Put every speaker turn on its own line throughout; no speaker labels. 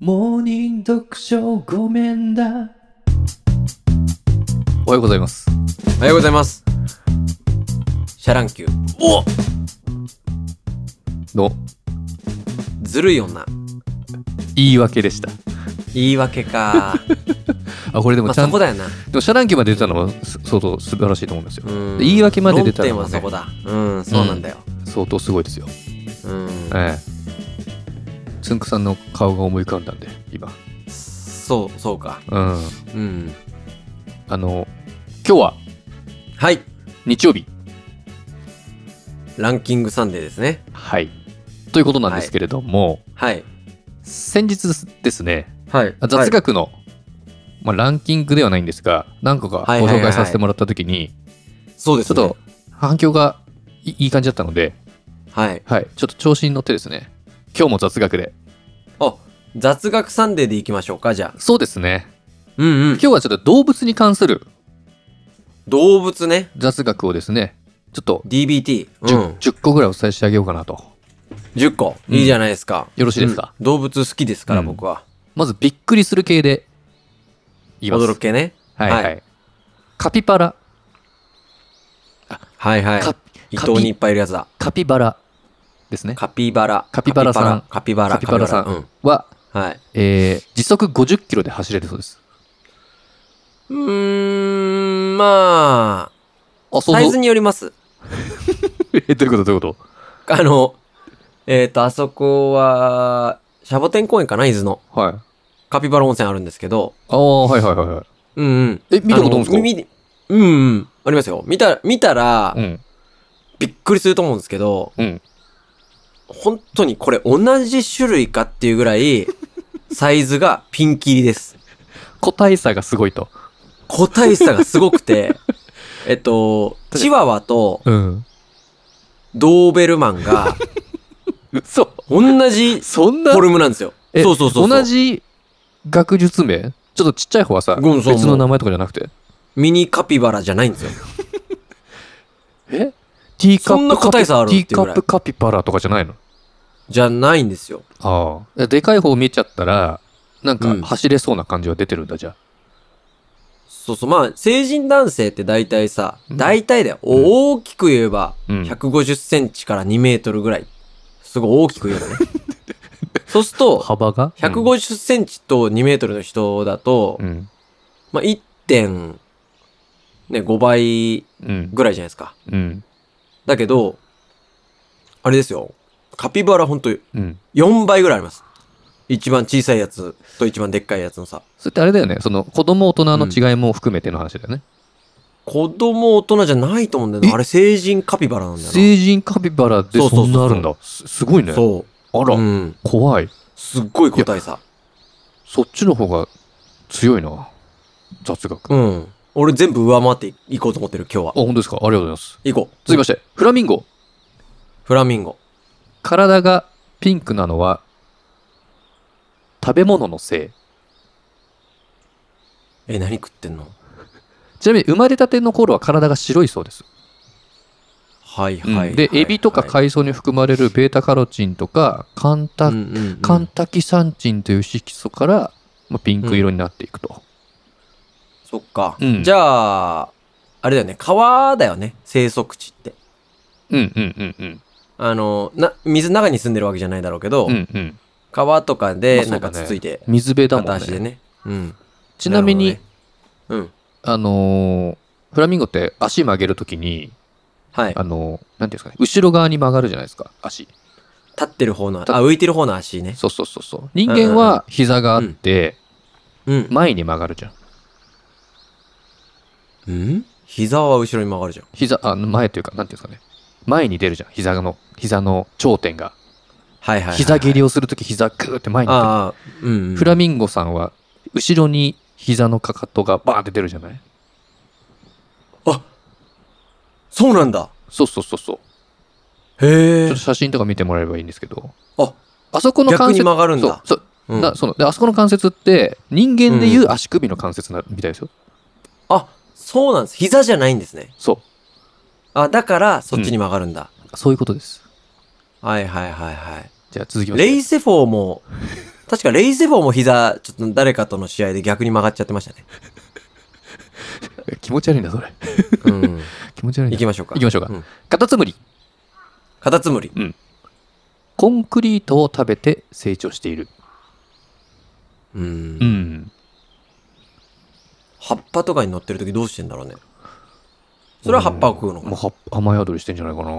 モーニング読書ごめんだ。おはようございます。
おはようございます。シャランキュー、
の
ずるい女。
言い訳でした。
言い訳か。
あ、これで
ま
も
あ
ちゃ
そ
ん、
ことだよな。
でもシャランキューまで出たのはす相当素晴らしいと思うんですよ。
うん
言い訳まで出たの
論
は
点はそ
ね
こ、だ。うん、そうなんだよ。
相当すごいですよ。
うん。
ええ。つんくさんの顔が思い浮かんだんで、今。
そう、そうか。
うん。
うん。
あの、今日は
はい。
日曜日。
ランキングサンデーですね。
はい。ということなんですけれども、
はい。
先日ですね、
はい
あ雑。学の、まあ、ランキングではないんですが何個か
はい
ご
はいは
紹
い
介させてもらった時に、
そうで
ちょ
す
っ
ね。
と反響がいいい感じだったので、
はい。
はい、ちょっと調子に乗ってですね今日も雑学で
あ、雑学サンデーでいきましょうか、じゃあ。
そうですね
うんうん
今。日はちょっと動物に関する
動物ね。
雑学をですねちょっと
DBT。う
10,、
ん。
10個ぐらいお伝えしてあげようかなと
10個。
うん
いいじゃないですか。
よろしいですか
うん動物好きですから、
うん
僕は。
まずびっくりする系で言います
驚けね。
はいはい、
は
カピバラ
はいはい。
カ
伊藤にいっぱいいるやつだ。
カピバラですね
カピバラ。
カピバラさん
カピバラ。
カピバラさん
カピバラ
は、
うん。はい。
えー時速50キロで走れるそうです
うーん、ま
あ
あ、
そう
サイ
そう
ズによります。
え、どういうことどういうこ
あの、えっ、と、あそこは、シャボテン公園かな伊豆の。
とはい。あ
カピバラ温泉あるんですけど。
あー、はいはいはいはい。
うんうん。
え、見たことあるんですか
のみうんうん。ありますよ。見た、見たら
う、ん。
びっくりすると思うんですけど、
うん。
本当にこれ同じ種類かっていうぐらい、サイズがピンキリです。
個体差がすごいと。
個体差がすごくて、えっと、チワワと
うん。
ドーベルマンが
嘘。
同じ
そん
フ
な
ォ、ルムなんですよ。
え
そうそうそうそう。
同じ学術名ちょっとちっちゃい方はさ、
うんそう
別の名前とかじゃなくて。
ミニカピバラじゃないんですよ。
えティーカップ
そんな個体差ある
カピ
っていうぐらい
ティーカップカピバラとかじゃないの
じゃないんですよ。
ああ。でかい方見ちゃったら、なんか
うん
走れそうな感じは出てるんだ、じゃあ。
そうそう。まあ、成人男性って大体さ、
うん
大体だよ。
ん
大きく言えば、
うん
150センチから2メートルぐらい。すごい大きく言えば ね。そうすると、
幅が
150センチと2メートルの人だと
う、ん。
まあ、1.5倍
うん。
ぐらいじゃないですか。
うん。
だけど、あれですよ。カピバラほんと
うん。
4倍ぐらいあります。一番小さいやつと一番でっかいやつのさ。
それってあれだよね。その、子供大人の違いも含めての話だよね。
子供大人じゃないと思うんだよ
え
な。あれ成人カピバラなんだよ
成人カピバラで
そうそ
そ
うそうん
なあるんだ。すすごいね。
な。そ
あ
う。
ら、
うん。
怖い。
すっごい個体差。
そっちの方が強いな。雑学。あ、
うん。俺全部上回っていこうと思ってる、今日は。
本当ですかありがとうございます。
行こう。
続きまして、フラミンゴ。
フラミンゴ。
体がピンクなのは、食べ物のせい。
え、何食ってんの
ちなみに生まれたての頃は体が白いそうです。
はいはいはい。
で、エビとか
い
海藻に含まれるベータカロチンとか、カンタ、
うんうんうん
カンタキサンチンという色素から、まあ、ピンク色になっていくと。
そっか
うん。
じゃあ、あれだよね。川だよね。生息地って。
うんうんうんうん。
あの、な、水の中に住んでるわけじゃないだろうけど、
うんうん。
川とか
ま
で
あ、そう
な
だ
ん
ね
かつついて、
水辺だも
片
ん
足で
ね。
ね。うん。
ちなみに、
るほどね、
あのーフラミンゴって足曲げるときに、
うん。はい。
あのーなんていうんですかね、後ろ側に曲がるじゃないですか、足。
立ってる方の、あ、
た
浮いてる方の足ね。
そうそうそうそう。人間は膝があって、
うん。
前に曲がるじゃん。
うん膝は後ろに曲がるじゃん。
膝、あ前というか、なんていうんですかね。前に出るじゃん、膝の、膝の頂点が。
はいはいはい、はい。
膝蹴り
を。
をするとき、膝グーって前に出る。
ああ、うん、うん。
フラミンゴさんは、後ろに膝のかかとがバーンって出るじゃない
あそうなんだ。
そうそうそうそう。ちょ
へえ
っと。写真とか見てもらえればいいんですけど、
あ、
あそこの
逆
関
に
節、
曲がるん
そう
だ。
そう、
うん
なそのであそこの関節って人間でいう足首の関節なみたいですよ。
あ、そうなんです。膝じゃないんですね。
そ
あ、だから、そっちに曲がるんだ。
うそういうことです。
はいはいはいはい。
じゃあ続きまして
レイセフォーも、確かレイゼボーも膝、ちょっと誰かとの試合で逆に曲がっちゃってましたね。
気持ち悪いな、それ。
うん。
気持ち悪い
行
な
き。ましょうか。
行きましょうか
ん
カタツムリ。
カタツムリ。
コンクリートを食べて成長している。
う。
うんん。
葉っぱとかに乗ってる時どうしてんだろうね。それは葉っぱを食うのか
もう
な
は雨宿りしてんじゃないかな。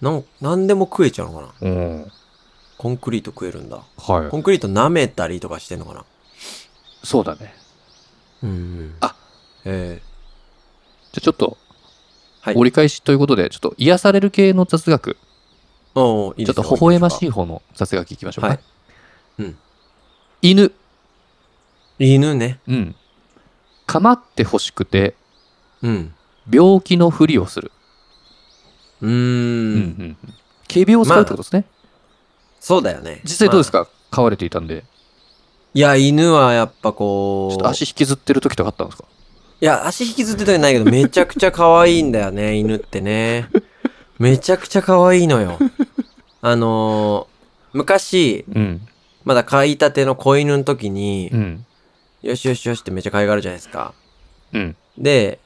なん、なんでも食えちゃうのか
う
な
ん。
コンクリート食えるんだ。
は。
コンクリート舐めたりとかしてんのかない
そうだね。
うん。
あ
え
じゃあちょっと、
はい
折り返しということで、ちょっと癒される系の雑学、
ー、おういい
ちょ
で
っ
す
と
よ
微笑まし
い
い方の雑学いきましょうか、
はいうん
犬。
犬ね。
うん。構ってほしくて、
うん。
病気のふりをする。
うー。
うんんうん。軽病を使うってことですね。
そうだよね。
実際どうです
か、
か、飼われていたんで。
いや、犬はやっぱ
ち
こ
ょっ
う。
と足引きずってる時とかあったんですか
いや、足引きずってたりないけど、めちゃくちゃ可愛いんだよね、 犬ってね。めちゃくちゃ可愛いのよ。あのー昔、
うん。
まだ飼いたての子犬の時に
う、ん。
よしよしよしってめっちゃ可愛がるじゃないですか。
うん。
で、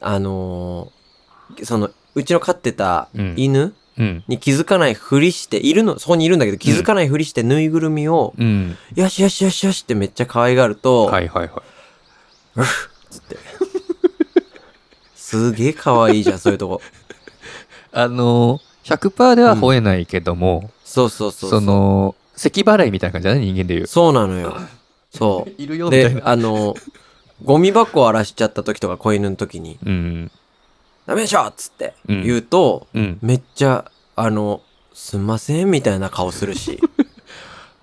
あのーその、うちの飼ってた
うん。
犬
うん。
に気づかないふりして、いるの、そこにいるんだけど、気づかないふりしてぬいぐるみを、
うん。
よしよしよしよしってめっちゃ可愛がると、
はいはいはい。
つって。すげえ可愛いじゃん、 そういうとこ。
あのー、100%では吠えないけども、
そうそうそうそ。
そうの、咳払いみたいな感じだね、人間で言う。
そうなのよ。そ
いる
う。
よ、みたい
で、
な。
あの、ゴミ箱を荒らしちゃった時とか、子犬の時に、
うん。
ダメでしょっつって
うん
言うと、
うん。
めっちゃ、あの、すんませんみたいな顔す るし、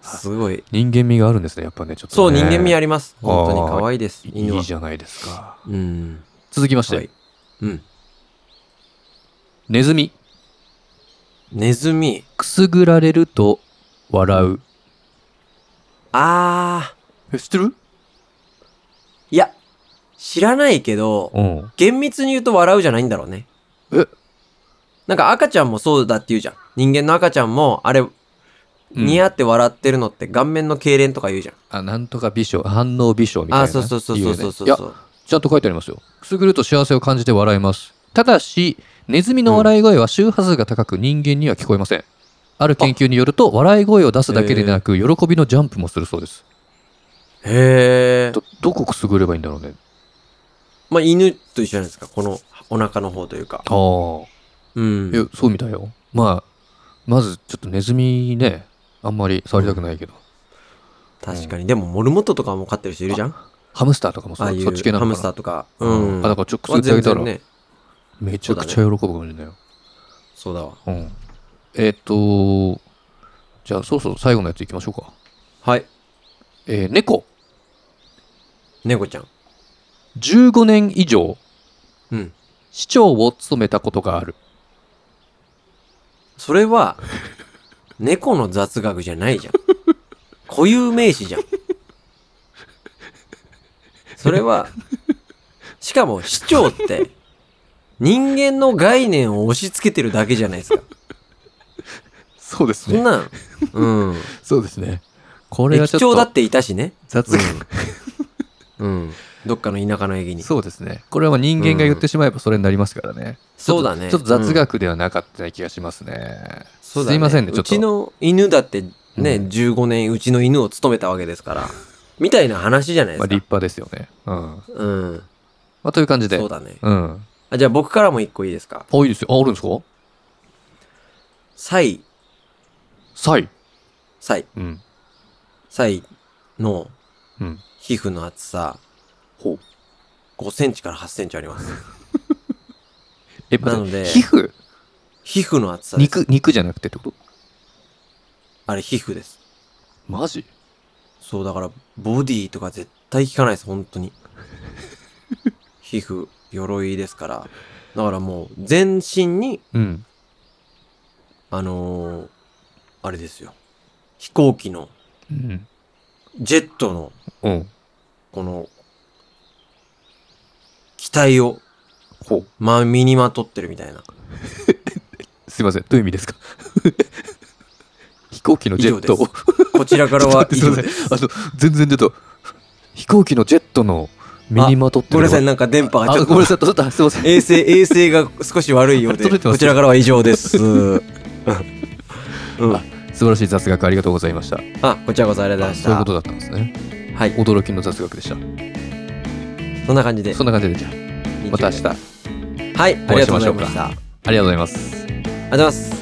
すごい。
人間味があるんですね、やっぱね、ちょっ
そ
と、
う、
ね。
人間味あ
る。
ります。本当に可愛いです、犬
い
は。
いじゃないですか。
うん。
続きまして、
はい。うん。
ネズミ。
ネズミ。
くすぐられると笑う。
あー、
え、知ってる
いや、知らないけど、
うん。
厳密に言うと笑うじゃないんだろうね。
え、
なんか赤ちゃんもそうだって言うじゃん。人間の赤ちゃんも、あれ、ニヤって笑ってるのって顔面の痙攣とか言うじゃん。
あ、なんとか美少、反応美少みたいな。
あ、そうそうそうそうそうそう
言よねい
そ
や、
う。
ちゃんと書いてありますよ。くすぐると幸せを感じて笑います。ただし、ネズミの笑い声は周波数が高く人間には聞こえません。ある研究によると、笑い声を出すだけでなく、喜びのジャンプもするそうです。
へえ。
ど、どこくすぐればいいんだろうね。
まあ、犬と一緒じゃないですか。このお腹の方というか。
ああ。
うん
い。や、そうみたいよ。まあ、まずちょっとネズミね、あんまり触りたくないけど、
確かに。でも、モルモットとかも飼ってる人いるじゃん。あ
ハムスターとかもそ
あいう
そっち系な
う
のか
ハ
な。
ムスターとか。う
うん。
ん。
あ、だからちょっとくすぐってあげた
まあ全然
ら、
ね。
めちゃくちゃ喜ぶかもしれないよ。
そうだわ。
うん。えっ、と、じゃあそろそろ最後のやついきましょうか。
はい。
えー猫。
猫ちゃん。
15年以上、
うん。
市長を務めたことがある。
それは、猫の雑学じゃないじゃん。固有名詞じゃん。それは、しかも市長って、人間の概念を押し付けてるだけじゃないですか。
そうです
そん。なん、うん。
そうですね。これはち
駅
ょっと
長だっていたしね。
雑学、
うん。どっかの田舎の駅に。
そうですね。これはまあ人間が言ってしまえばそれになりますからね。
そうだね。
ちょっと
うん
雑学ではなかったような気がしますね。
そうだね
すいませんね、ちょっ
うち
と。
の犬だってね、
うん
15年うちの犬を務めたわけですから。みたいな話じゃない
まあ、立
ですか。
派ですよね。うん。ま
うん。
あ、という感じで。
そうだね。
うん。
あじゃあ僕からも一個いいですか
あ、いいですよ。あ、あるんですか
サイ、
サイ。
サイ、
うん。
サイの
うん。
皮膚の厚さ、
ほう。
5センチから8センチあります。
え、ま
なので
ず、皮膚
皮膚の厚さです。
肉、肉じゃなくてってこと
あれ皮膚です。
マジ
そう、だから、ボディとか絶対効かないです、本 当に。皮膚、鎧ですから。だからもう、全身に、
うん。
あのーあれですよ。飛行機の、
うん。
ジェットの、
うん。
この、機体を、
ほう。
ま、身にまとってるみたいな。
すいません。どういう意味ですか 飛行機のジェット
以上でこちらからは以
ちょっ
上
と待って
です。
すいませんあの全然ちょっと飛行機のジェットの身にまとって
ごめんなさい、
い
なんか電波がち
あ
ょっ
ごめんなさい
と。
ちょっとすいません
衛星、衛星が少し悪いよう
届
で、
いてます
こちらからは以 上です。うん。うん
素晴らしい雑学ありがとうございました
あ、こちらこそありがとうございました。
そういうことだったんですね
はい。
驚きの雑学でした
そんな感じで。
そんな感じでじゃあまた明日ありが
はい、ありがとうございま
お会いしましょう
した。ありがとう
とうございます
ございます。